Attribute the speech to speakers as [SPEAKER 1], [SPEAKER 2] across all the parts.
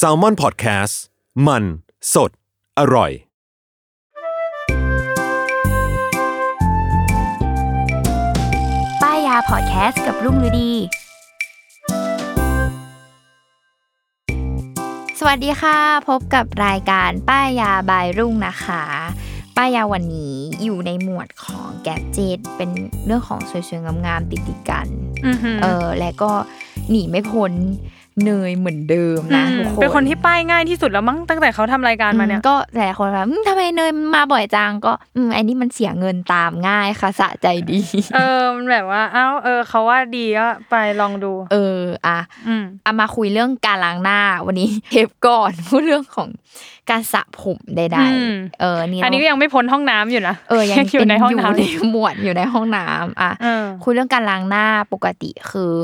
[SPEAKER 1] s a l m o n PODCAST มันสดอร่อย
[SPEAKER 2] ป้ายยาพอดแคสต์กับรุ่งฤดี สวัสดีค่ะ พบกับรายการป้ายยาบายรุ่งนะคะ ป้ายยาวันนี้อยู่ในหมวดของแกบเจดเป็นเรื่องของสวยๆงามๆติดติดๆกัน เออและก็หนีไม่พ้นเนยเหมือนเดิมนะ
[SPEAKER 3] อืม
[SPEAKER 2] ทุกคน
[SPEAKER 3] เป็นคนที่ป้ายง่ายที่สุดแล้วมั้งตั้งแต่เขาทำรายการมาเนี่ย
[SPEAKER 2] อืก็หลายคนว่าอืมทำไมเนยมันมาบ่อยจังก็อืมอันนี้มันเสียเงินตามง่ายค่ะสะใจดี
[SPEAKER 3] เออมันแบบว่าเอ้าเออเขาว่าดีก็ไปลองดู
[SPEAKER 2] เอออ่ะ
[SPEAKER 3] อืม
[SPEAKER 2] เอามาคุยเรื่องการล้างหน้าวันนี้ เทปก่อนพูดเรื่องของการสระผมใด
[SPEAKER 3] อืม
[SPEAKER 2] ๆเออนี่
[SPEAKER 3] อันนี้ก็ยังไม่พ้นห้องน้ำอยู่นะ
[SPEAKER 2] เออยัง
[SPEAKER 3] อยู่ในห้อง
[SPEAKER 2] ยู่
[SPEAKER 3] น้ำ
[SPEAKER 2] ในหมวดอยู่ในห้องน้ำอ่ะ
[SPEAKER 3] เออ
[SPEAKER 2] คุยเรื่องการล้างหน้าปกติคือ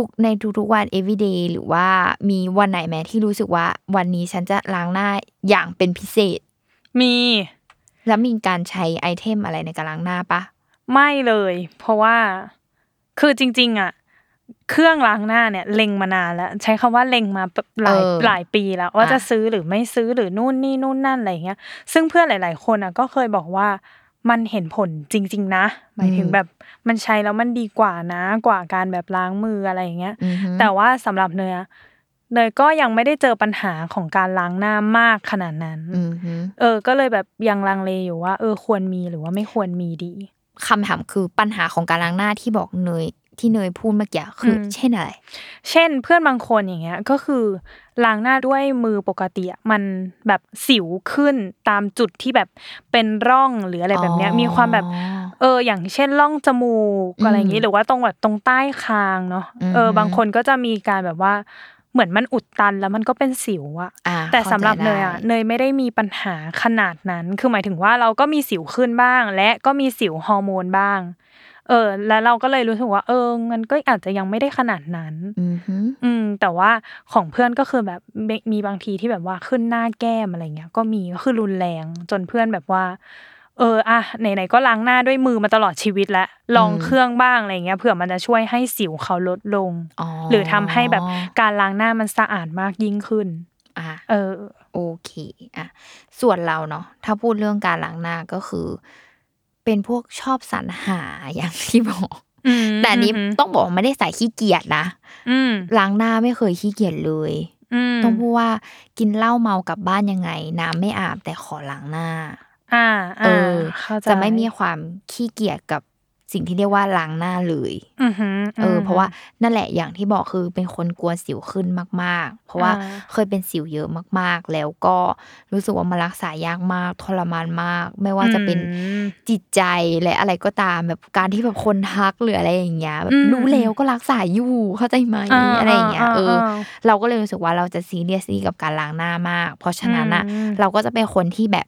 [SPEAKER 2] ทุกในทุกๆวัน everyday หรือว่ามีวันไหนไหมที่รู้สึกว่า วันนี้ฉันจะล้างหน้าอย่างเป็นพิเศษ
[SPEAKER 3] มี
[SPEAKER 2] แล้วมีการใช้ไอเทมอะไรในการล้างหน้าปะ
[SPEAKER 3] ไม่เลย เพราะว่าคือจริง ๆ อ่ะ เครื่องล้างหน้าเนี่ยเล็งมานานแล้ว ใช้คำว่าเล็งมาแบบหลาย
[SPEAKER 2] เออ
[SPEAKER 3] หลายปีแล้ว ว่า
[SPEAKER 2] อ่ะ
[SPEAKER 3] จะซื้อหรือไม่ซื้อหรือนู่นนี่นู่นนั่นอะไรอย่างเงี้ย ซึ่งเพื่อนหลาย ๆ คนอ่ะก็เคยบอกว่ามันเห็นผลจริง ๆ นะ หมายถึงแบบมันใช้แล้วมันดีกว่านะกว่าการแบบล้างมืออะไรอย่างเงี้ย
[SPEAKER 2] อือฮึ
[SPEAKER 3] แต่ว่าสำหรับเนยอะเนยก็ยังไม่ได้เจอปัญหาของการล้างหน้ามากขนาดนั้น
[SPEAKER 2] อือฮึ
[SPEAKER 3] เออ ก็เลยแบบยังลังเลอยู่ว่า เออควรมีหรือว่าไม่ควรมีดี
[SPEAKER 2] คำถามคือปัญหาของการล้างหน้าที่บอกเนยที่เนยพูดเมื่อกี้คืออ
[SPEAKER 3] ม
[SPEAKER 2] เช่นอะไร
[SPEAKER 3] เช่นเพื่อนบางคนอย่างเงี้ย ก็คือล้างหน้าด้วยมือปกติอะมันแบบสิวขึ้นตามจุดที่แบบเป็นร่องหรืออะไรแบบเนี้ย
[SPEAKER 2] อ๋อ
[SPEAKER 3] มีความแบบ เออ อย่างเช่นร่องจมูกอะไรอย่าง
[SPEAKER 2] อื
[SPEAKER 3] งี้
[SPEAKER 2] ม
[SPEAKER 3] หรือว่าตรงแบบตรงใต้คางเนาะ
[SPEAKER 2] อืม
[SPEAKER 3] เออบางคนก็จะมีการแบบว่าเหมือนมันอุดตันแล้วมันก็เป็นสิวอะ
[SPEAKER 2] อ่า
[SPEAKER 3] แต่
[SPEAKER 2] ข้า
[SPEAKER 3] สำหรับ
[SPEAKER 2] ใจ
[SPEAKER 3] เนย
[SPEAKER 2] ได้
[SPEAKER 3] อ่ะเนยไม่ได้มีปัญหาขนาดนั้น คือหมายถึงว่าเราก็มีสิวขึ้นบ้าง และก็มีสิวฮอร์โมนบ้าง เออ แล้วเราก็เลยรู้สึกว่า เออมันก็อาจจะยังไม่ได้ขนาดนั้น
[SPEAKER 2] อือฮึ
[SPEAKER 3] อืม แต่ว่าของเพื่อนก็คือแบบมีมีบางทีที่แบบว่าขึ้นหน้าแก้มอะไรเงี้ย ก็มีก็คือรุนแรงจนเพื่อนแบบว่า เอออ่ะไหนๆก็ล้างหน้าด้วยมือมาตลอดชีวิตแล้วลองเครื่องบ้างอะไรเงี้ยเผื่อมันจะช่วยให้สิวเขาลดลง หรือทำให้แบบการล้างหน้ามันสะอาดมากยิ่งขึ้น
[SPEAKER 2] อ่า
[SPEAKER 3] เออ
[SPEAKER 2] โอเคอ่ะส่วนเราเนาะถ้าพูดเรื่องการล้างหน้าก็คือ เป็นพวกชอบสรรหาอย่างที่บอก
[SPEAKER 3] อืม
[SPEAKER 2] แต่อันนี้
[SPEAKER 3] ม
[SPEAKER 2] ต้องบอกว่าไม่ได้ใส่ขี้เกียจนะ
[SPEAKER 3] อืม
[SPEAKER 2] ล้างหน้าไม่เคยขี้เกียจเลย
[SPEAKER 3] อืม
[SPEAKER 2] ต้องพูดว่ากินเหล้าเมากลับบ้านยังไง น้ำไม่อาบแต่ขอล้างหน้า
[SPEAKER 3] อ่า
[SPEAKER 2] เอ
[SPEAKER 3] อ่า
[SPEAKER 2] อ
[SPEAKER 3] เข้าใจ
[SPEAKER 2] จะไม่มีความขี้เกียจกับสิ่งที่เรียกว่าล้างหน้าเลย
[SPEAKER 3] อือหื
[SPEAKER 2] เออ
[SPEAKER 3] หื
[SPEAKER 2] เพราะว่านั่นแหละอย่างที่บอกคือเป็นคนกลัวสิวขึ้นมาก ๆ เพราะว่า
[SPEAKER 3] อ่า
[SPEAKER 2] เคยเป็นสิวเยอะมากๆ แล้วก็รู้สึกว่ามันรักษายากมากทรมานมาก ไม่ว่าจะเป็น
[SPEAKER 3] อืม
[SPEAKER 2] จิตใจและอะไรก็ตามแบบการที่แบบคนทักหรืออะไรอย่างเงี้ยแบบ
[SPEAKER 3] อืม
[SPEAKER 2] รู้แล้วก็รักษาอยู่เข้าใจไหม
[SPEAKER 3] อ่า
[SPEAKER 2] อะไรอย่างเงี้ย
[SPEAKER 3] อ่า
[SPEAKER 2] เอออ
[SPEAKER 3] า
[SPEAKER 2] เราก็เลยรู้สึกว่าเราจะซีเรียสกับการล้างหน้ามาก เพราะฉะนั้นนะ
[SPEAKER 3] อืม
[SPEAKER 2] เราก็จะเป็นคนที่แบบ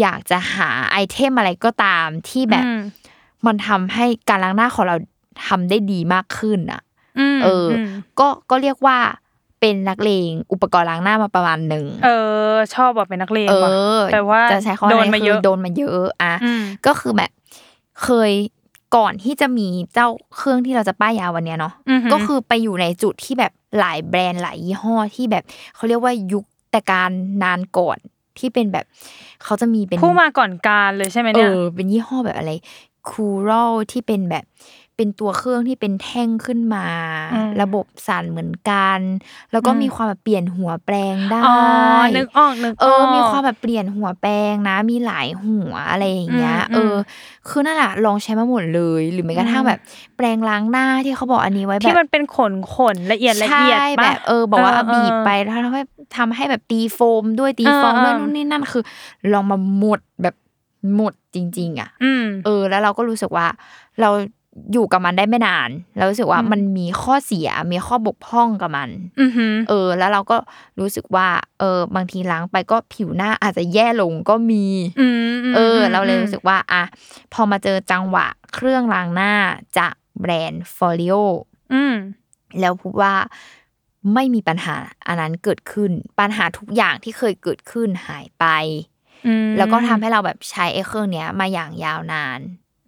[SPEAKER 2] อยากจะหาไอเทมอะไรก็ตามที่แบบ
[SPEAKER 3] อืม
[SPEAKER 2] มันทำให้การล้างหน้าของเราทำได้ดีมากขึ้นอ่ะ
[SPEAKER 3] ม
[SPEAKER 2] เอออ
[SPEAKER 3] ม
[SPEAKER 2] ก็ก็เรียกว่าเป็นนักเลงอุปกรณ์ล้างหน้ามาประมาณหนึ่ง
[SPEAKER 3] เออ ชอบบอกเป็นนักเลง
[SPEAKER 2] เอ
[SPEAKER 3] ว่ะ
[SPEAKER 2] อ
[SPEAKER 3] แต่ว่า
[SPEAKER 2] จะใช้คำว่า
[SPEAKER 3] โด
[SPEAKER 2] อะไร
[SPEAKER 3] นมา
[SPEAKER 2] คื
[SPEAKER 3] เย
[SPEAKER 2] อ
[SPEAKER 3] อะ
[SPEAKER 2] โดนมาเยอะอ่ะ
[SPEAKER 3] อืม
[SPEAKER 2] ก็คือแบบเคยก่อนที่จะมีเจ้าเครื่องที่เราจะป้ายยาวันเนี้ยเนาะ
[SPEAKER 3] อือหือ
[SPEAKER 2] ก็คือไปอยู่ในจุดที่แบบหลายแบรนด์หลายยี่ห้อที่แบบเขาเรียกว่ายุคแต่การนานก่อนที่เป็นแบบเขาจะมีเป็น
[SPEAKER 3] ผู้มาก่อนการเลยใช่ไหม
[SPEAKER 2] เอ
[SPEAKER 3] เนี่ย
[SPEAKER 2] อเป็นยี่ห้อแบบอะไรคูรอลที่เป็นแบบเป็นตัวเครื่องที่เป็นแท่งขึ้นมา
[SPEAKER 3] อืม
[SPEAKER 2] ระบบสั่นเหมือนกัน แล้วก็
[SPEAKER 3] อืม
[SPEAKER 2] มีความแบบเปลี่ยนหัวแปลงได้
[SPEAKER 3] อ๋อนึกออกนึก
[SPEAKER 2] เออ มี
[SPEAKER 3] ก
[SPEAKER 2] ความแบบเปลี่ยนหัวแปลงนะ มีหลายหัวอะไรอย่างเงี้ย
[SPEAKER 3] อืมอืม
[SPEAKER 2] เออ คือนั่นแหละลองใช้มาหมดเลย หรือแม้กระทั่ง
[SPEAKER 3] อืม
[SPEAKER 2] แบบแปลงล้างหน้าที่เขาบอกอันนี้ไว้แบ
[SPEAKER 3] ที่
[SPEAKER 2] บ
[SPEAKER 3] มันเป็นขนขนละเอียดละเอียด
[SPEAKER 2] ใช่
[SPEAKER 3] ปะ
[SPEAKER 2] แบบเออ บอกว่า
[SPEAKER 3] เออเออ
[SPEAKER 2] บีบไปแล้วทำให้ทำให้แบบตีโฟมด้วยตีฟองด้วย
[SPEAKER 3] เออเออ
[SPEAKER 2] นู่นนี่นั่นคือ ลองมาหมดแบบหมดจริง ๆ อ่ะ
[SPEAKER 3] อืม
[SPEAKER 2] เออ แล้วเราก็รู้สึกว่า เรา อยู่กับมันได้ไม่นาน แล้วรู้สึกว่า
[SPEAKER 3] อืม
[SPEAKER 2] มันมีข้อเสียมีข้อบกพร่องกับมัน
[SPEAKER 3] อือหือ
[SPEAKER 2] เออ แล้วเราก็รู้สึกว่า เออบางทีล้างไปก็ผิวหน้าอาจจะแย่ลงก็มี
[SPEAKER 3] อืมม
[SPEAKER 2] เออ เราเลย
[SPEAKER 3] อืม
[SPEAKER 2] รู้สึกว่าอ่ะพอมาเจอจังหวะเครื่องล้างหน้าจากแบรนด์ f o l i o
[SPEAKER 3] อืม
[SPEAKER 2] แล้วพบว่าไม่มีปัญหาอันนั้นเกิดขึ้น ปัญหาทุกอย่างที่เคยเกิดขึ้นหายไป
[SPEAKER 3] อืม
[SPEAKER 2] แล้วก็ทำให้เราแบบใช้ไอ้เครื่องเนี้ยมาอย่างยาวนาน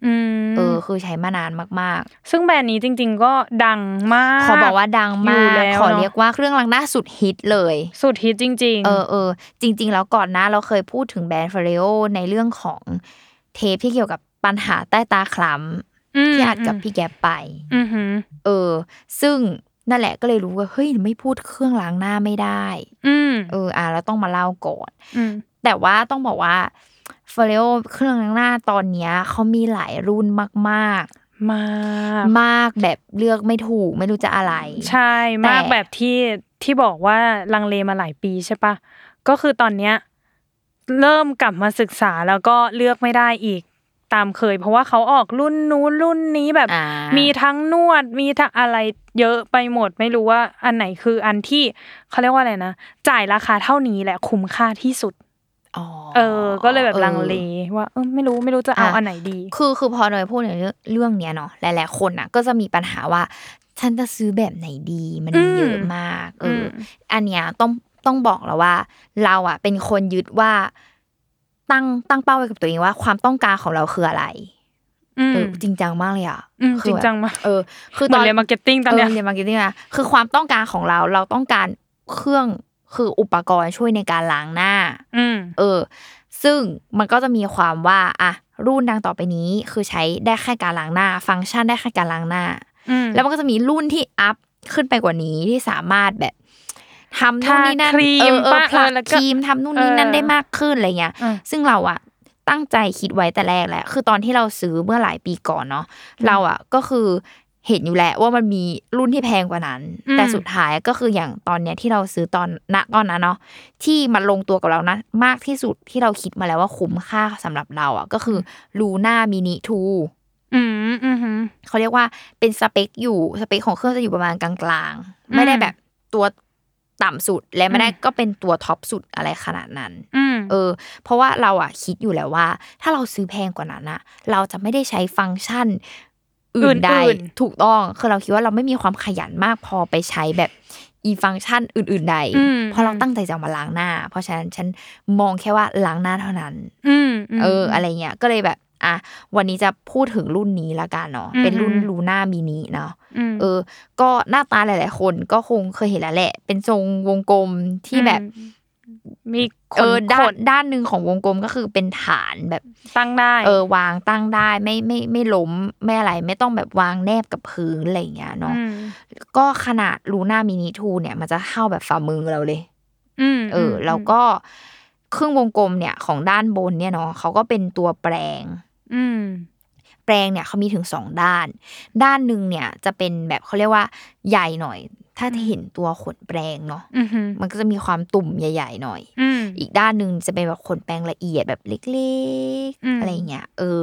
[SPEAKER 3] อืม
[SPEAKER 2] เออ คือใช้มานานมาก
[SPEAKER 3] ซึ่งแบรนด์นี้จริง ๆ ก็ดังมาก
[SPEAKER 2] ๆ ขอบอกว่าดัง
[SPEAKER 3] อยู่
[SPEAKER 2] มาก
[SPEAKER 3] แล้ว
[SPEAKER 2] ขอ
[SPEAKER 3] เนอะ
[SPEAKER 2] เรียกว่าเครื่องล้างหน้าสุดฮิตเลย
[SPEAKER 3] สุดฮิตจริง ๆ
[SPEAKER 2] เออเออจริง ๆ แล้วก่อนหน้าเราเคยพูดถึงแบรนด์ฟ r ร o ในเรื่องของเทปที่เกี่ยวกับปัญหาใต้ตาคล้
[SPEAKER 3] อืม
[SPEAKER 2] ำที่อัดกับพี่แกปไป
[SPEAKER 3] อือหือ
[SPEAKER 2] เออ ซึ่งนั่นแหละก็เลยรู้ว่า เฮ้ย ไม่พูดเครื่องล้างหน้าไม่ได้
[SPEAKER 3] อืม
[SPEAKER 2] เออ อ่ะเราต้องมาเล่าก่อน
[SPEAKER 3] อืม
[SPEAKER 2] แต่ว่าต้องบอกว่าฟ r ร o เครื่องล้างหน้าตอนเนี้ยเขามีหลายรุ่นมาก
[SPEAKER 3] มาก
[SPEAKER 2] ๆ มากแบบเลือกไม่ถูกไม่รู้จะอะไร
[SPEAKER 3] ใช่
[SPEAKER 2] แต่
[SPEAKER 3] มากแบบที่ที่บอกว่าลังเลมาหลายปีใช่ปะก็คือตอนเนี้ยเริ่มกลับมาศึกษาแล้วก็เลือกไม่ได้อีกตามเคย เพราะว่าเขาออกรุ่นนู้นรุ่นนี้แบบ
[SPEAKER 2] อ่า
[SPEAKER 3] มีทั้งนวดมีทั้งอะไรเยอะไปหมด ไม่รู้ว่าอันไหนคืออันที่เขาเรียกว่าอะไรนะ จ่ายราคาเท่านี้แหละคุ้มค่าที่สุด
[SPEAKER 2] อ๋อ
[SPEAKER 3] เออ ก็เลยแบบลังเลว่าเออไม่รู้ไม่รู้จะเอา
[SPEAKER 2] อ่ะ
[SPEAKER 3] อันไหนดี
[SPEAKER 2] คือคือพอเนยพูดในเรื่องเรื่องเนี้ยเนาะหลายๆคนน่ะก็จะมีปัญหาว่าฉันจะซื้อแบบไหนดีมันมีเยอะมากเอออ
[SPEAKER 3] ม
[SPEAKER 2] อันเนี้ยต้องต้องบอกแล้วว่า เราอ่ะเป็นคนยึดว่าตั้งตั้งเป้าไว้กับตัวเองว่า ความต้องการของเราคืออะไร
[SPEAKER 3] อืม
[SPEAKER 2] เออจริงจังมากเลยอ่ะ
[SPEAKER 3] อืม
[SPEAKER 2] คื
[SPEAKER 3] จริ
[SPEAKER 2] อง แบบ
[SPEAKER 3] จังมาก
[SPEAKER 2] เออ คือต
[SPEAKER 3] เหมื
[SPEAKER 2] อ
[SPEAKER 3] อน นเรียนมาร์เก็ตติ้งตอนเนี้ย
[SPEAKER 2] เออเรียนมาร์เก็ตติ้งนะคือความต้องการของเราเราต้องการเครื่องคืออุปกรณ์ช่วยในการล้างหน้า
[SPEAKER 3] อืม
[SPEAKER 2] เออ ซึ่งมันก็จะมีความว่าอะรุ่นดังต่อไปนี้คือใช้ได้แค่การล้างหน้า ฟังก์ชันได้แค่การล้างหน้า
[SPEAKER 3] อืม
[SPEAKER 2] แล้วมันก็จะมีรุ่นที่อัพขึ้นไปกว่านี้ที่สามารถแบบทำนู่นนี่นั่น
[SPEAKER 3] ทาครีม
[SPEAKER 2] เออเออ
[SPEAKER 3] ปะ
[SPEAKER 2] ผลัก
[SPEAKER 3] เออแล้วก็
[SPEAKER 2] ครีมทำนู่นนี่นั่น
[SPEAKER 3] เออ
[SPEAKER 2] ได้มากขึ้นอะไรเงี้ย
[SPEAKER 3] อืม
[SPEAKER 2] ซึ่งเราอะตั้งใจคิดไว้แต่แรกแหละ คือตอนที่เราซื้อเมื่อหลายปีก่อนเนาะเราอะก็คือเห็นอยู่แหละว่ามันมีรุ่นที่แพงกว่านั้น
[SPEAKER 3] อืม
[SPEAKER 2] แต่สุดท้ายก็คืออย่างตอนเนี้ยที่เราซื้อตอนณตอนนั้นเนาะ ที่มันลงตัวกับเรานะ มากที่สุดที่เราคิดมาแล้วว่าคุ้มค่าสำหรับเราอ่ะ ก็คือลูน่ามินิทู
[SPEAKER 3] อืมอืมอืม
[SPEAKER 2] เขาเรียกว่าเป็นสเปคอยู่สเปคของเครื่องจะอยู่ประมาณกลางๆ
[SPEAKER 3] อืม
[SPEAKER 2] ไม่ได้แบบตัวต่ำสุดและไม่ได้
[SPEAKER 3] อืม
[SPEAKER 2] ก็เป็นตัวท็อปสุดอะไรขนาดนั้น
[SPEAKER 3] อืม
[SPEAKER 2] เออ เพราะว่าเราอ่ะคิดอยู่แล้วว่า ถ้าเราซื้อแพงกว่านั้นอ่ะ เราจะไม่ได้ใช้ฟังก์ชัน อื่นใดถูกต้องคือเราคิดว่าเราไม่มีความขยันมากพอไปใช้แบบอีฟังก์ชันอื่น ๆ ใด
[SPEAKER 3] ม
[SPEAKER 2] เพราะเราตั้งใจจะเอามาล้างหน้า เพราะฉะนั้นฉันมองแค่ว่าล้างหน้าเท่านั้น
[SPEAKER 3] อืมม
[SPEAKER 2] เออ อะไรเงี้ย ก็เลยแบบ อ่ะ วันนี้จะพูดถึงรุ่นนี้ละกันเนาะ
[SPEAKER 3] อืม
[SPEAKER 2] เป็นรุ่นลูน่ามินิเนาะ
[SPEAKER 3] ม
[SPEAKER 2] เออ ก็หน้าตาหลาย ๆ คนก็คงเคยเห็นแล้วแหละ เป็นทรงวงกลมที่แบบ
[SPEAKER 3] มีข
[SPEAKER 2] เออ ด้าน
[SPEAKER 3] น
[SPEAKER 2] ด้านหนึ่งของวงกลมก็คือเป็นฐานแบบ
[SPEAKER 3] ตั้งได้
[SPEAKER 2] เออ วางตั้งได้ ไม่ไม่ไม่ล้ม ไม่อะไร ไม่ต้องแบบวางแนบกับพื้นอะไรเงี้ยเนาะ
[SPEAKER 3] อืม
[SPEAKER 2] ก็ขนาดลูน่ามินิทูเนี่ย มันจะเท่าแบบฝ่ามือเราเลย
[SPEAKER 3] ม
[SPEAKER 2] เอออแล้วก็ครึ่งวงกลมเนี่ยของด้านบนเนี่ยเนาะเขาก็เป็นตัวแปรง
[SPEAKER 3] อืม
[SPEAKER 2] แปรงเนี่ยเขามีถึงสองด้าน ด้านหนึ่งเนี่ยจะเป็นแบบเขาเรียกว่าใหญ่หน่อย ถ้า
[SPEAKER 3] อืม
[SPEAKER 2] เห็นตัวขนแปรงเนาะ
[SPEAKER 3] อืมอืม
[SPEAKER 2] มันก็จะมีความตุ่มใหญ่ ๆ หน่อย
[SPEAKER 3] อืม
[SPEAKER 2] อีกด้านหนึ่งจะเป็นแบบขนแปรงละเอียดแบบเล็ก
[SPEAKER 3] อืม
[SPEAKER 2] ๆอะไรเงี้ยเออ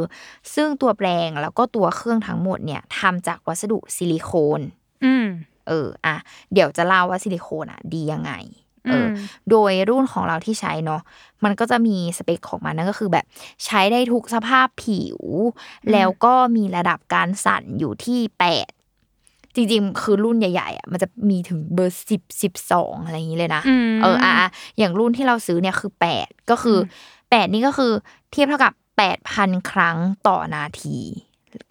[SPEAKER 2] ซึ่งตัวแปรงแล้วก็ตัวเครื่องทั้งหมดเนี่ยทำจากวัสดุซิลิโคน
[SPEAKER 3] อืม
[SPEAKER 2] เอออ่ะเดี๋ยวจะเล่าว่าซิลิโคนอ่ะดียังไง เออ
[SPEAKER 3] ม
[SPEAKER 2] อ โดยรุ่นของเราที่ใช้เนาะมันก็จะมีสเปคของมันนั่นก็คือแบบใช้ได้ทุกสภาพผิว แล้วก็มีระดับการสั่นอยู่ที่แปดจริงๆ คือรุ่นใหญ่ๆอ่ะมันจะมีถึงเบอร์สิบสิบสองอะไรอย่างนี้เลยนะ
[SPEAKER 3] ม
[SPEAKER 2] เอออ่ะอ่ะอย่างรุ่นที่เราซื้อเนี่ยคือแปดก็คืออแปดนี่ก็คือเทียบเท่ากับแปดพันครั้งต่อนาที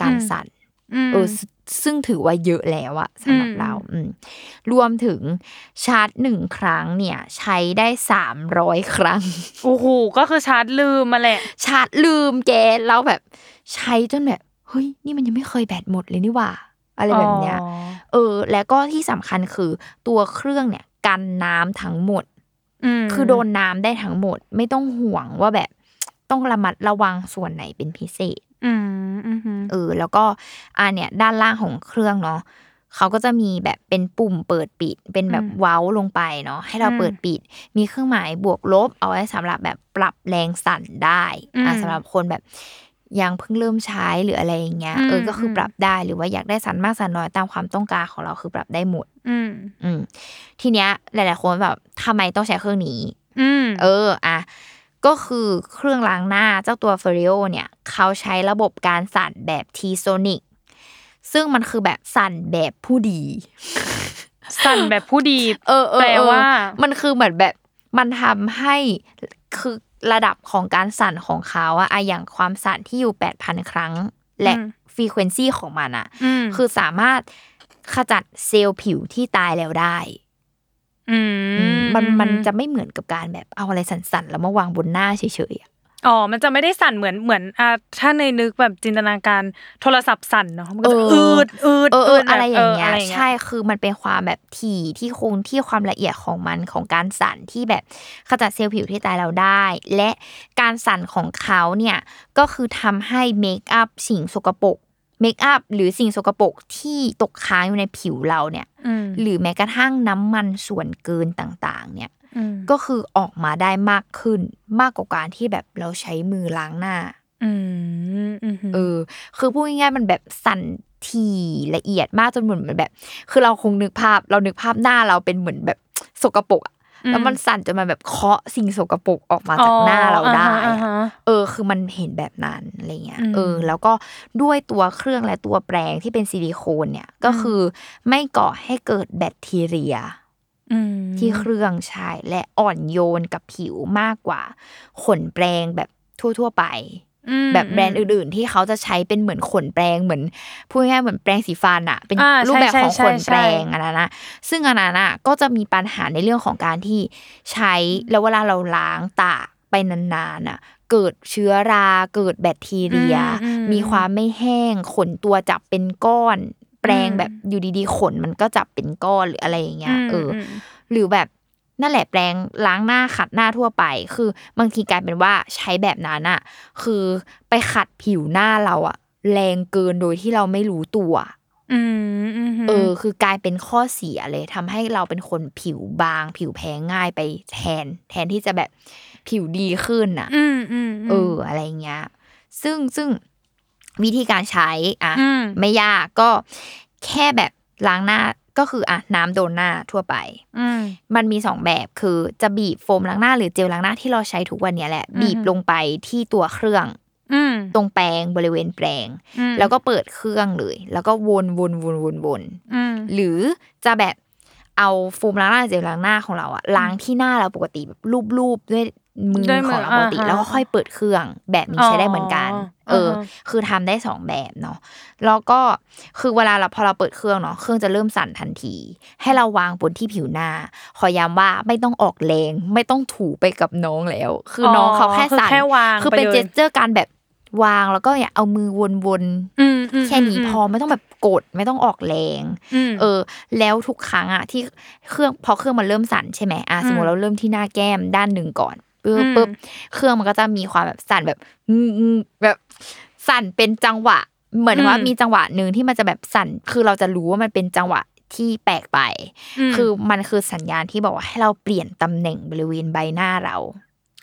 [SPEAKER 2] การ
[SPEAKER 3] อืม
[SPEAKER 2] สั่น
[SPEAKER 3] ม
[SPEAKER 2] เออซึ่งซึ่งถือว่าเยอะแล้วอะสำหรับ
[SPEAKER 3] อืม
[SPEAKER 2] เราอืมรวมถึงชาร์จหนึ่งครั้งเนี่ย ใช้ได้สามร้อยครั้ง
[SPEAKER 3] โอ้โหก็คือชาร์จลืมมาแหละ
[SPEAKER 2] ชาร์จลืมแกแล้วแบบใช้จนแบบ เฮ้ย นี่มันยังไม่เคยแบตหมดเลยนี่หว่า อะไรแบบเนี้ย
[SPEAKER 3] อ๋อ
[SPEAKER 2] เออ แล้วก็ที่สำคัญคือตัวเครื่องเนี่ย กันน้ำทั้งหมด
[SPEAKER 3] ม
[SPEAKER 2] คือโดนน้ำได้ทั้งหมด ไม่ต้องห่วงว่าแบบ ต้องระมัดระวังส่วนไหนเป็นพิเศษ
[SPEAKER 3] อืมอืมอืม
[SPEAKER 2] เออแล้วก็อ่าเนี่ยด้านล่างของเครื่องเนาะเขาก็จะมีแบบเป็นปุ่มเปิดปิด เป็นแบบเว้าลงไปเนาะให้เราเปิดปิด มีเครื่องหมายบวกลบเอาไว้สำหรับแบบปรับแรงสั่นได้อ่าสำหรับคนแบบ ยังเพิ่งเริ่มใช้หรืออะไรอย่างเงี้ย
[SPEAKER 3] อืม
[SPEAKER 2] เออก็คืออ
[SPEAKER 3] ม
[SPEAKER 2] ปรับได้หรือว่าอยากได้สันมากสันน้อยตามความต้องการของเราคือปรับได้หมด
[SPEAKER 3] อืม
[SPEAKER 2] อืมทีเนี้ยหลาย ๆ คนแบบทำไมต้องใช้เครื่องนี้
[SPEAKER 3] อืม
[SPEAKER 2] เอออ่ะก็คือเครื่องล้างหน้าเจ้าตัวเฟริโอเนี่ยเขาใช้ระบบการสั่นแบบทีโซนิกซึ่งมันคือแบบสั่นแบบผู้ดี
[SPEAKER 3] สั่นแบบผู้ดี
[SPEAKER 2] เออเออ
[SPEAKER 3] แปลว่า
[SPEAKER 2] เออมันคือเหมือนแบบมันทำให้คือระดับของการสั่นของเขาอะอะอย่างความสั่นที่อยู่ 8,000 ครั้ง และ
[SPEAKER 3] อืม
[SPEAKER 2] ฟรีเควนซีของมันอะ
[SPEAKER 3] ม
[SPEAKER 2] คือสามารถขจัดเซลล์ผิวที่ตายแล้วได้
[SPEAKER 3] อืม
[SPEAKER 2] มันมันจะไม่เหมือนกับการแบบเอาอะไรสั่นๆ แล้วมาวางบนหน้าเฉยๆอะ
[SPEAKER 3] อ๋อมันจะไม่ได้สั่นเหมือนเหมือนอ่าถ้าในนึกแบบจินตนาการโทรศัพท์สั่นเนาะมันก็จะ
[SPEAKER 2] เอ
[SPEAKER 3] อื
[SPEAKER 2] อ
[SPEAKER 3] ดอืด
[SPEAKER 2] เออเออ
[SPEAKER 3] แบบ
[SPEAKER 2] อะไรอย่างเงี้ย
[SPEAKER 3] ะไร
[SPEAKER 2] ใช่คือมันเป็นความแบบถี่ที่คงที่ความละเอียดของมันของการสั่นที่แบบขจัดเซลล์ผิวที่ตายเราได้ และการสั่นของเขาเนี่ยก็คือทำให้เมคอัพสิ่งสกปรกเมคอัพหรือสิ่งสกปรกที่ตกค้างอยู่ในผิวเราเนี่ย
[SPEAKER 3] อืม
[SPEAKER 2] หรือแม้กระทั่งน้ำมันส่วนเกินต่างๆ เนี่ย
[SPEAKER 3] อืม
[SPEAKER 2] ก็คือออกมาได้มากขึ้นมากกว่าการที่แบบเราใช้มือล้างหน้า
[SPEAKER 3] อืมอืม
[SPEAKER 2] เออ คือพูดง่ายๆมันแบบสั่นทีละเอียดมากจนเหมือนแบบ คือเราคงนึกภาพ เรานึกภาพหน้าเราเป็นเหมือนแบบสกปรกอะแล้วมันสั่นจนมันแบบเคาะสิ่งสกปรกออกมาจากหน้าเราได้
[SPEAKER 3] อ๋ออ่า
[SPEAKER 2] อะ
[SPEAKER 3] ฮะ
[SPEAKER 2] เออ คือมันเห็นแบบนั้นอะไรเงี้ย
[SPEAKER 3] อืม
[SPEAKER 2] เออ แล้วก็ด้วยตัวเครื่องและตัวแปรงที่เป็นซิลิโคนเนี่ยก็คืออไม่ก่อให้เกิดแบคทีเรีย
[SPEAKER 3] อืม
[SPEAKER 2] ที่เครื่องใช้และอ่อนโยนกับผิวมากกว่า ขนแปรงแบบทั่วๆไป
[SPEAKER 3] อืม
[SPEAKER 2] แบบแบรนด์อื่น ๆ ที่เขาจะใช้เป็นเหมือนขนแปรงเหมือนพูดง่ายๆเหมือนแปรงสีฟันอะเป็น
[SPEAKER 3] อ่า
[SPEAKER 2] รูปแบบ
[SPEAKER 3] ใช่
[SPEAKER 2] ของ
[SPEAKER 3] ใช่
[SPEAKER 2] ขน
[SPEAKER 3] ใช่
[SPEAKER 2] แปรงอันนั้นนะซึ่งอันนั้นอะก็จะมีปัญหาในเรื่องของการที่ใช้แล้วเวลาเราล้างตากไปนานๆอะเกิดเชื้อราเกิดแบคทีเรีย
[SPEAKER 3] อือื
[SPEAKER 2] มีความไม่แห้งขนตัวจับเป็นก้อน แปรงแบบอยู่ดีๆ ขนมันก็จับเป็นก้อนหรืออะไรอย่างเงี้ยเอออ
[SPEAKER 3] ม
[SPEAKER 2] หรือแบบนั่นแหละแปรงล้างหน้าขัดหน้าทั่วไป คือบางทีกลายเป็นว่าใช้แบบนั้นอะคือไปขัดผิวหน้าเราอะแรงเกินโดยที่เราไม่รู้ตัว
[SPEAKER 3] อืมอืม
[SPEAKER 2] เออ คือกลายเป็นข้อเสียเลยทำให้เราเป็นคนผิวบาง ผิวแพ้ง่ายไปแทน แทนที่จะแบบผิวดีขึ้นอะ
[SPEAKER 3] อืมอืมม
[SPEAKER 2] เอออะไรเงี้ย ซึ่งซึ่งวิธีการใช้อะ
[SPEAKER 3] ม
[SPEAKER 2] ไม่ยากก็แค่แบบล้างหน้าก็คืออะน้ำโดนหน้าทั่วไป
[SPEAKER 3] อืม
[SPEAKER 2] มันมีสองแบบคือจะบีบโฟมล้างหน้าหรือเจลล้างหน้าที่เราใช้ทุกวันเนี้ยแหละ
[SPEAKER 3] อือฮึ
[SPEAKER 2] บีบลงไปที่ตัวเครื่อง
[SPEAKER 3] อืม
[SPEAKER 2] ตรงแปรงบริเวณแปรง
[SPEAKER 3] อืม
[SPEAKER 2] แล้วก็เปิดเครื่องเลย แล้วก็วนวนวนวนวน
[SPEAKER 3] อืม
[SPEAKER 2] หรือจะแบบเอาโฟมล้างหน้าหรือเจลล้างหน้าของเราอะล้างที่หน้าเราปกติแบบรูปๆด้วยมือของเราปกติ แล้วก็ค่อยเปิดเครื่องแบบนี้ใช้ได้เหมือนกัน เออ คือทำได้สองแบบเนาะแล้วก็คือเวลาเราพอเราเปิดเครื่องเนาะเครื่องจะเริ่มสั่นทันที ให้เราวางบนที่ผิวหน้า ขอย้ำว่าไม่ต้องออกแรงไม่ต้องถูไปกับน้องแล้ว คืออน้องเขาแค่
[SPEAKER 3] อ
[SPEAKER 2] สั่น
[SPEAKER 3] แค่วาง
[SPEAKER 2] คือเป็น
[SPEAKER 3] ไลย
[SPEAKER 2] เจสเจอร์การแบบวางแล้วก็เนี่ยเอามือวน
[SPEAKER 3] อืมอืม
[SPEAKER 2] ๆแค่นี้พอไม่ต้องแบบกดไม่ต้องออกแรง
[SPEAKER 3] ม
[SPEAKER 2] เออ แล้วทุกครั้งอะที่เครื่องพอเครื่องมันเริ่มสั่นใช่ไหมอ่ะ
[SPEAKER 3] อืม
[SPEAKER 2] สมมติเราเริ่มที่หน้าแก้มด้านหนึ่งก่อนปึ๊
[SPEAKER 3] อื
[SPEAKER 2] บ
[SPEAKER 3] ม
[SPEAKER 2] ปึ๊บเครื่องมันก็จะมีความแบบสั่นแบบงึ้งงึ้งแบบสั่นเป็นจังหวะ เหมือนว่ามีจังหวะหนึ่งที่มันจะแบบสั่น คือเราจะรู้ว่ามันเป็นจังหวะที่แปลกไป
[SPEAKER 3] ม
[SPEAKER 2] คือมันคือสัญญาณที่บอกว่าให้เราเปลี่ยนตำแหน่งบริเวณใบหน้าเรา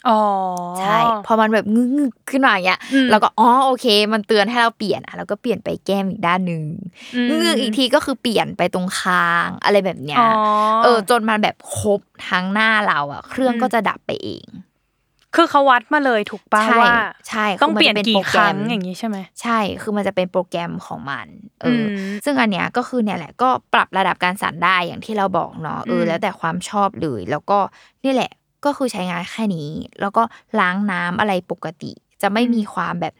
[SPEAKER 3] อ๋อ
[SPEAKER 2] ใช่ พอมันแบบงึ้งงึ้งขึ้นมาอย่างเงี้ย
[SPEAKER 3] อืม
[SPEAKER 2] เราก็อ๋อโอเค มันเตือนให้เราเปลี่ยนอ่ะเราก็เปลี่ยนไปแก้มอีกด้านหนึ่ง
[SPEAKER 3] ม
[SPEAKER 2] เงือกอีกทีก็คือเปลี่ยนไปตรงคางอะไรแบบเนี้ย
[SPEAKER 3] อ๋อ
[SPEAKER 2] เออจนมันแบบครบทั้งหน้าเราอ่ะ เครื่อง
[SPEAKER 3] อืม
[SPEAKER 2] ก็จะดับไปเอง
[SPEAKER 3] คือเขาวัดมาเลยถูกป่ะ
[SPEAKER 2] ใช่
[SPEAKER 3] ว่า
[SPEAKER 2] ใช่
[SPEAKER 3] ต้อง
[SPEAKER 2] คืมั
[SPEAKER 3] เปลี่ยน
[SPEAKER 2] จะ
[SPEAKER 3] กี่
[SPEAKER 2] โปแ
[SPEAKER 3] ครั้งอย่างนี้ใช่ไหม
[SPEAKER 2] ใช่คือมันจะเป็นโปรแกรมของมันเอออ
[SPEAKER 3] ม
[SPEAKER 2] ซึ่งอันเนี้ยก็คือเนี่ยแหละก็ปรับระดับการสั่นได้อย่างที่เราบอกเนาะเออ
[SPEAKER 3] ม
[SPEAKER 2] แล้วแต่ความชอบเลย แล้วก็นี่แหละก็คือใช้งานแค่นี้ แล้วก็ล้างน้ำอะไรปกติ จะไม่มีความแบบ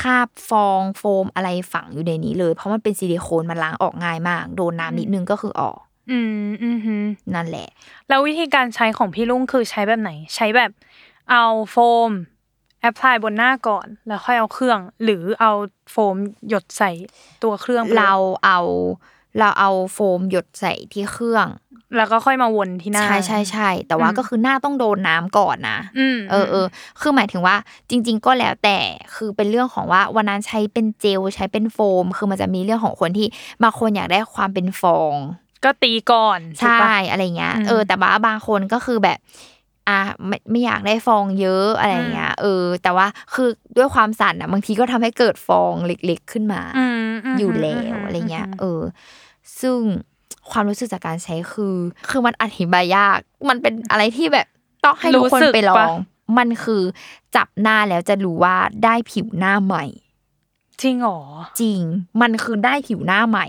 [SPEAKER 2] คราบฟองโฟมอะไรฝังอยู่ในนี้เลย เพราะมันเป็นซิลิโคนมันล้างออกง่ายมาก โดนน้ำนิดนึงก็คือออก
[SPEAKER 3] อืมอืมอืม
[SPEAKER 2] นั่นแหละ
[SPEAKER 3] แล้ววิธีการใช้ของพี่ลุงคือใช้แบบไหน ใช้แบบเอาโฟมแอพพลายบนหน้าก่อน แล้วค่อยเอาเครื่อง หรือเอาโฟมหยดใส่ตัวเครื่องไปลย
[SPEAKER 2] เราเอาเราเอาโฟมหยดใส่ที่เครื่อง
[SPEAKER 3] แล้วก็ค่อยมาวนที่หน้า
[SPEAKER 2] ใช่ใช่ใช่แต่ว่า
[SPEAKER 3] อืม
[SPEAKER 2] ก็คือหน้าต้องโดนน้ำก่อนนะ
[SPEAKER 3] อืม
[SPEAKER 2] เออเออคือหมายถึงว่าจริง ๆ ก็แล้วแต่คือเป็นเรื่องของว่าวันนั้นใช้เป็นเจลใช้เป็นโฟม คือมันจะมีเรื่องของคนที่บางคนอยากได้ความเป็นฟอง
[SPEAKER 3] ก็ตีก่อนถูก
[SPEAKER 2] ใช่
[SPEAKER 3] ปะ
[SPEAKER 2] อะไรเงี้ย
[SPEAKER 3] อืม
[SPEAKER 2] เออแต่ว่าบางคนก็คือแบบ อ่ะไม่ไม่อยากได้ฟองเยอะอะไรอย่างเงี้ยเออ แต่ว่าคือด้วยความสั่นอ่ะบางทีก็ทำให้เกิดฟองเล็กๆขึ้นมา
[SPEAKER 3] มม
[SPEAKER 2] อยู่แล้ว
[SPEAKER 3] ม
[SPEAKER 2] อะไรเงี้ย
[SPEAKER 3] ม
[SPEAKER 2] เออ ซึ่งความรู้สึกจากการใช้คือ คือมันอธิบายยาก มันเป็นอะไรที่แบบต้องให้ทุกคนไปลอง มันคือจับหน้าแล้วจะรู้ว่าได้ผิวหน้าใหม่
[SPEAKER 3] จริงเหรอ
[SPEAKER 2] จริง มันคือได้ผิวหน้าใหม่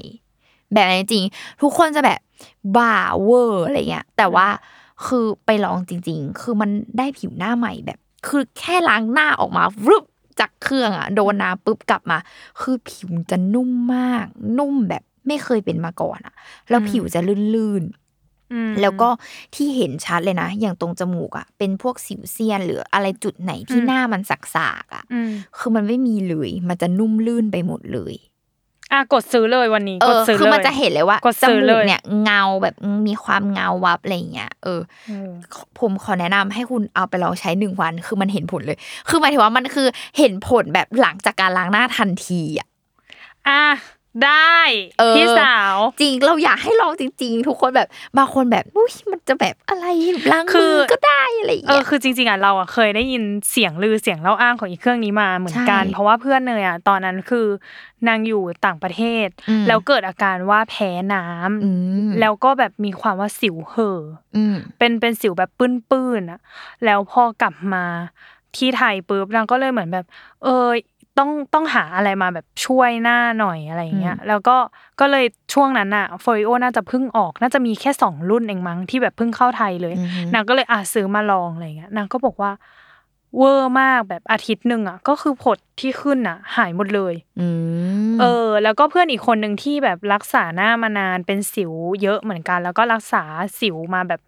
[SPEAKER 2] แบบนั้นจริง ทุกคนจะแบบบ้าเวอร์อะไรเงี้ย แต่ว่าคือไปลองจริง ๆ คือมันได้ผิวหน้าใหม่แบบ คือแค่ล้างหน้าออกมาวึบจากเครื่องอะโดนน้ำปุ๊บกลับมา คือผิวจะนุ่มมาก นุ่มแบบไม่เคยเป็นมาก่อนอะแล้วผิวจะลื่นๆ
[SPEAKER 3] อืม
[SPEAKER 2] แล้วก็ที่เห็นชัดเลยนะ อย่างตรงจมูกอะเป็นพวกสิวเซียนหรืออะไรจุดไหนที่
[SPEAKER 3] อืม
[SPEAKER 2] หน้ามันสักๆอะ
[SPEAKER 3] อืม
[SPEAKER 2] คือมันไม่มีเลยมันจะนุ่มลื่นไปหมดเลย
[SPEAKER 3] อ่ะกดซื้อเลยวันนี้
[SPEAKER 2] เอก
[SPEAKER 3] ด
[SPEAKER 2] อ
[SPEAKER 3] ซื้อ
[SPEAKER 2] คือมัน
[SPEAKER 3] เลย
[SPEAKER 2] จะเห็นเลยว่าก
[SPEAKER 3] ด
[SPEAKER 2] จ
[SPEAKER 3] ซื้อ
[SPEAKER 2] มู
[SPEAKER 3] เลย
[SPEAKER 2] กเนี่ยเงาแบบมีความเงาวับอะไรอย่างเงี้ยเออ
[SPEAKER 3] เออ
[SPEAKER 2] ผมขอแนะนำให้คุณเอาไปลองใช้หนึ่งวัน คือมันเห็นผลเลย คือหมายถึงว่ามันคือเห็นผลแบบหลังจากการล้างหน้าทันทีอะ
[SPEAKER 3] อ่ะได้
[SPEAKER 2] เออ
[SPEAKER 3] พี่สาว
[SPEAKER 2] จริงเราอยากให้ลองจริง ๆ ทุกคนแบบบางคนแบบอุ้ยมันจะแบบอะไรล้างมือก็ได้อะไรอย่าง
[SPEAKER 3] เอ
[SPEAKER 2] เงี้
[SPEAKER 3] อย คือจริง ๆอ่ะเราอ่ะเคยได้ยินเสียงลือเสียงเล่าอ้างของอีเครื่องนี้มาเหมือนกัน
[SPEAKER 2] ใช่
[SPEAKER 3] เพราะว่าเพื่อนเนยอ่ะตอนนั้นคือนางอยู่ต่างประเทศ
[SPEAKER 2] อืม
[SPEAKER 3] แล้วเกิดอาการว่าแพ้น้ำ
[SPEAKER 2] อืม
[SPEAKER 3] แล้วก็แบบมีความว่าสิวเห่อ
[SPEAKER 2] อืม
[SPEAKER 3] เป็นเป็นสิวแบบปื้นๆอ่ะแล้วพอกลับมาที่ไทยปุ๊บนางก็เลยเหมือนแบบ เออต้องต้องหาอะไรมาแบบช่วยหน้าหน่อยอะไรอย่างเงี้ย
[SPEAKER 2] อืม
[SPEAKER 3] แล้วก็ก็เลยช่วงนั้นอะฟอริโอน่าจะเพิ่งออก น่าจะมีแค่สองรุ่นเองมั้งที่แบบเพิ่งเข้าไทยเลย
[SPEAKER 2] อือฮึ
[SPEAKER 3] นางก็เลยอ่ะซื้อมาลองอะไรเงี้ยนางก็บอกว่า เวอร์มากแบบอาทิตย์หนึ่งอ่ะ ก็คือผดที่ขึ้นอ่ะ หายหมดเลย
[SPEAKER 2] อืม
[SPEAKER 3] เออ แล้วก็เพื่อนอีกคนหนึ่งที่แบบรักษาหน้ามานานเป็นสิวเยอะเหมือนกัน แล้วก็รักษาสิวมาแบบ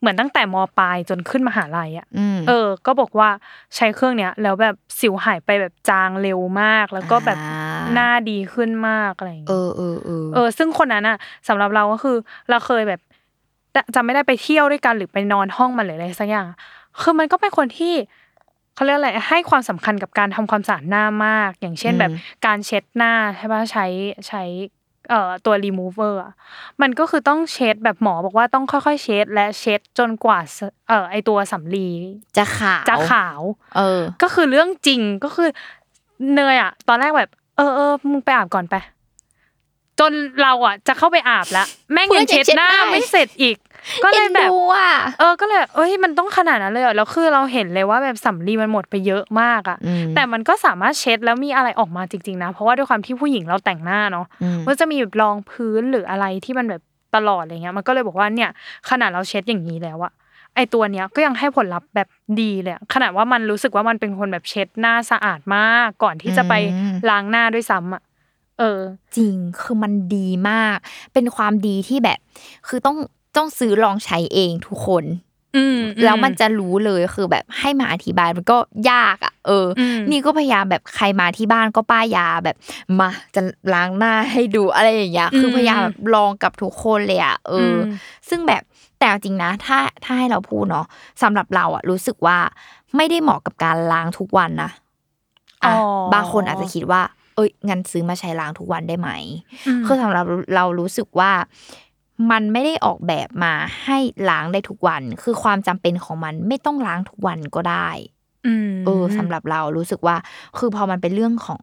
[SPEAKER 3] เหมือนตั้งแต่มปลายจนขึ้นมหาลัยอ่ะ
[SPEAKER 2] ม
[SPEAKER 3] เออ ก็บอกว่าใช้เครื่องเนี้ยแล้วแบบสิวหายไปแบบจางเร็วมาก แล้วก็แบบ
[SPEAKER 2] อ่า
[SPEAKER 3] หน้าดีขึ้นมากอะไรอย่าง
[SPEAKER 2] เอ
[SPEAKER 3] เงี้ย
[SPEAKER 2] อเออเออ
[SPEAKER 3] เออ ซึ่งคนนั้นอะสำหรับเราก็คือเราเคยแบบจะจำไม่ได้ไปเที่ยวด้วยกันหรือไปนอนห้องมันหรืออะไรสักอย่างคือมันก็เป็นคนที่เขาเรียกอะไรให้ความสำคัญกับการทำความสะอาดหน้ามาก อย่างเช่นแบบการเช็ดหน้าใช่ปะใช้ใช้เอ่อตัวรีมูเวอร์มันก็คือต้องเช็ดแบบหมอบอกว่าต้องค่อยๆ เช็ด และเช็ดจนกว่าสเอ่อไอตัวสำลี
[SPEAKER 2] จะขาว
[SPEAKER 3] จะขาว
[SPEAKER 2] เออ
[SPEAKER 3] ก็คือเรื่องจริงก็คือเนยอ่ะ ตอนแรกแบบ เออเออมึงไปอาบก่อนไป จนเราอ่ะ จะเข้าไปอาบแล้ว แม่ง
[SPEAKER 2] เพื่
[SPEAKER 3] ยั
[SPEAKER 2] อน
[SPEAKER 3] งเช็ด
[SPEAKER 2] ยังเช็ด
[SPEAKER 3] หน้า
[SPEAKER 2] ได้
[SPEAKER 3] ไม่เสร็จอีก ก็เลยแบ
[SPEAKER 2] อ็น
[SPEAKER 3] บ
[SPEAKER 2] ดูอ่ะ
[SPEAKER 3] เออก็เลยเอ้ยมันต้องขนาดนั้นเลยเหรอแล้วคือเราเห็นเลยว่าแบบสำลีมันหมดไปเยอะมากอ่ะ
[SPEAKER 2] อืม
[SPEAKER 3] แต่มันก็สามารถเช็ดแล้วมีอะไรออกมาจริง ๆ นะ เพราะว่าด้วยความที่ผู้หญิงเราแต่งหน้าเนาะ
[SPEAKER 2] อืม
[SPEAKER 3] มันจะมีแบบรองพื้นหรืออะไรที่มันแบบตลอดอะไรเงี้ย มันก็เลยบอกว่าเนี่ยขนาดเราเช็ดอย่างนี้แล้วอะไอตัวเนี้ยก็ยังให้ผลลัพธ์แบบดีเลยอะขนาดว่ามันรู้สึกว่ามันเป็นคนแบบเช็ดหน้าสะอาดมากก่อนที่จะไป
[SPEAKER 2] อืม
[SPEAKER 3] ล้างหน้าด้วยซ้ำอะเออ
[SPEAKER 2] จริงคือมันดีมาก เป็นความดีที่แบบ คือต้องต้องซื้อลองใช้เองทุกคน
[SPEAKER 3] อืม
[SPEAKER 2] แล้วมันจะรู้เลยคือแบบให้มาอธิบายมันก็ยากอ่ะเอออ
[SPEAKER 3] ม
[SPEAKER 2] นี่ก็พยายามแบบใครมาที่บ้านก็ป้ายยาแบบมาจะล้างหน้าให้ดูอะไรอย่างเงี้ยคือพยายามแบบลองกับทุกคนเลยอ่ะเอออ ซึ่งแบบแต่เอาจริงนะ ถ้าถ้าให้เราพูดเนาะสำหรับเราอะรู้สึกว่าไม่ได้เหมาะกับการล้างทุกวันนะ
[SPEAKER 3] อ๋
[SPEAKER 2] ะ
[SPEAKER 3] อ
[SPEAKER 2] บางคนอาจจะคิดว่า เอ้ยงั้นซื้อมาใช้ล้างทุกวันได้ไหม
[SPEAKER 3] ม
[SPEAKER 2] คือสำหรับเรารู้สึกว่ามันไม่ได้ออกแบบมาให้ล้างได้ทุกวัน คือความจำเป็นของมันไม่ต้องล้างทุกวันก็ได้
[SPEAKER 3] ม
[SPEAKER 2] เออสำหรับเรารู้สึกว่าคือพอมันเป็นเรื่องของ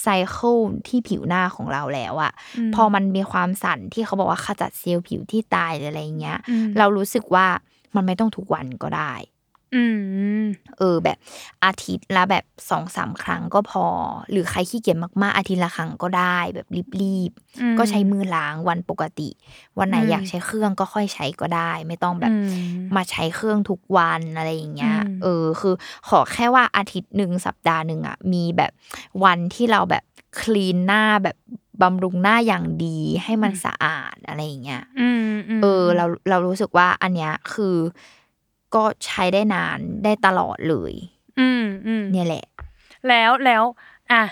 [SPEAKER 2] ไซเคิลที่ผิวหน้าของเราแล้วอะ
[SPEAKER 3] ม
[SPEAKER 2] พอมันมีความสั่นที่เขาบอกว่าขจัดเซลล์ผิวที่ตายหรืออะไรอย่างเงี้ย
[SPEAKER 3] อืม
[SPEAKER 2] เรารู้สึกว่ามันไม่ต้องทุกวันก็ได้
[SPEAKER 3] อืม
[SPEAKER 2] เออแบบอาทิตย์ละแบบสองสามครั้งก็พอ หรือใครขี้เกียจมากๆอาทิตย์ละครั้งก็ได้แบบรีบ
[SPEAKER 3] อืม
[SPEAKER 2] ๆก็ใช้มือล้างวันปกติ วันไหน
[SPEAKER 3] อืม
[SPEAKER 2] อยากใช้เครื่องก็ค่อยใช้ก็ได้ ไม่ต้องแบบ
[SPEAKER 3] อืม
[SPEAKER 2] มาใช้เครื่องทุกวันอะไรอย่างเงี้ย
[SPEAKER 3] อืม
[SPEAKER 2] เออ คือขอแค่ว่าอาทิตย์หนึ่งสัปดาห์หนึ่งอะมีแบบวันที่เราแบบคลีนหน้าแบบบำรุงหน้าอย่างดีให้มันสะอาดอะไรอย่างเงี้ย
[SPEAKER 3] อืมม
[SPEAKER 2] เออเราเรารู้สึกว่าอันเนี้ยคือก็ใช้ได้นานได้ตลอดเลย
[SPEAKER 3] อืมอืม
[SPEAKER 2] เนี่ยแหละ
[SPEAKER 3] แล้วแล้วอ่ะ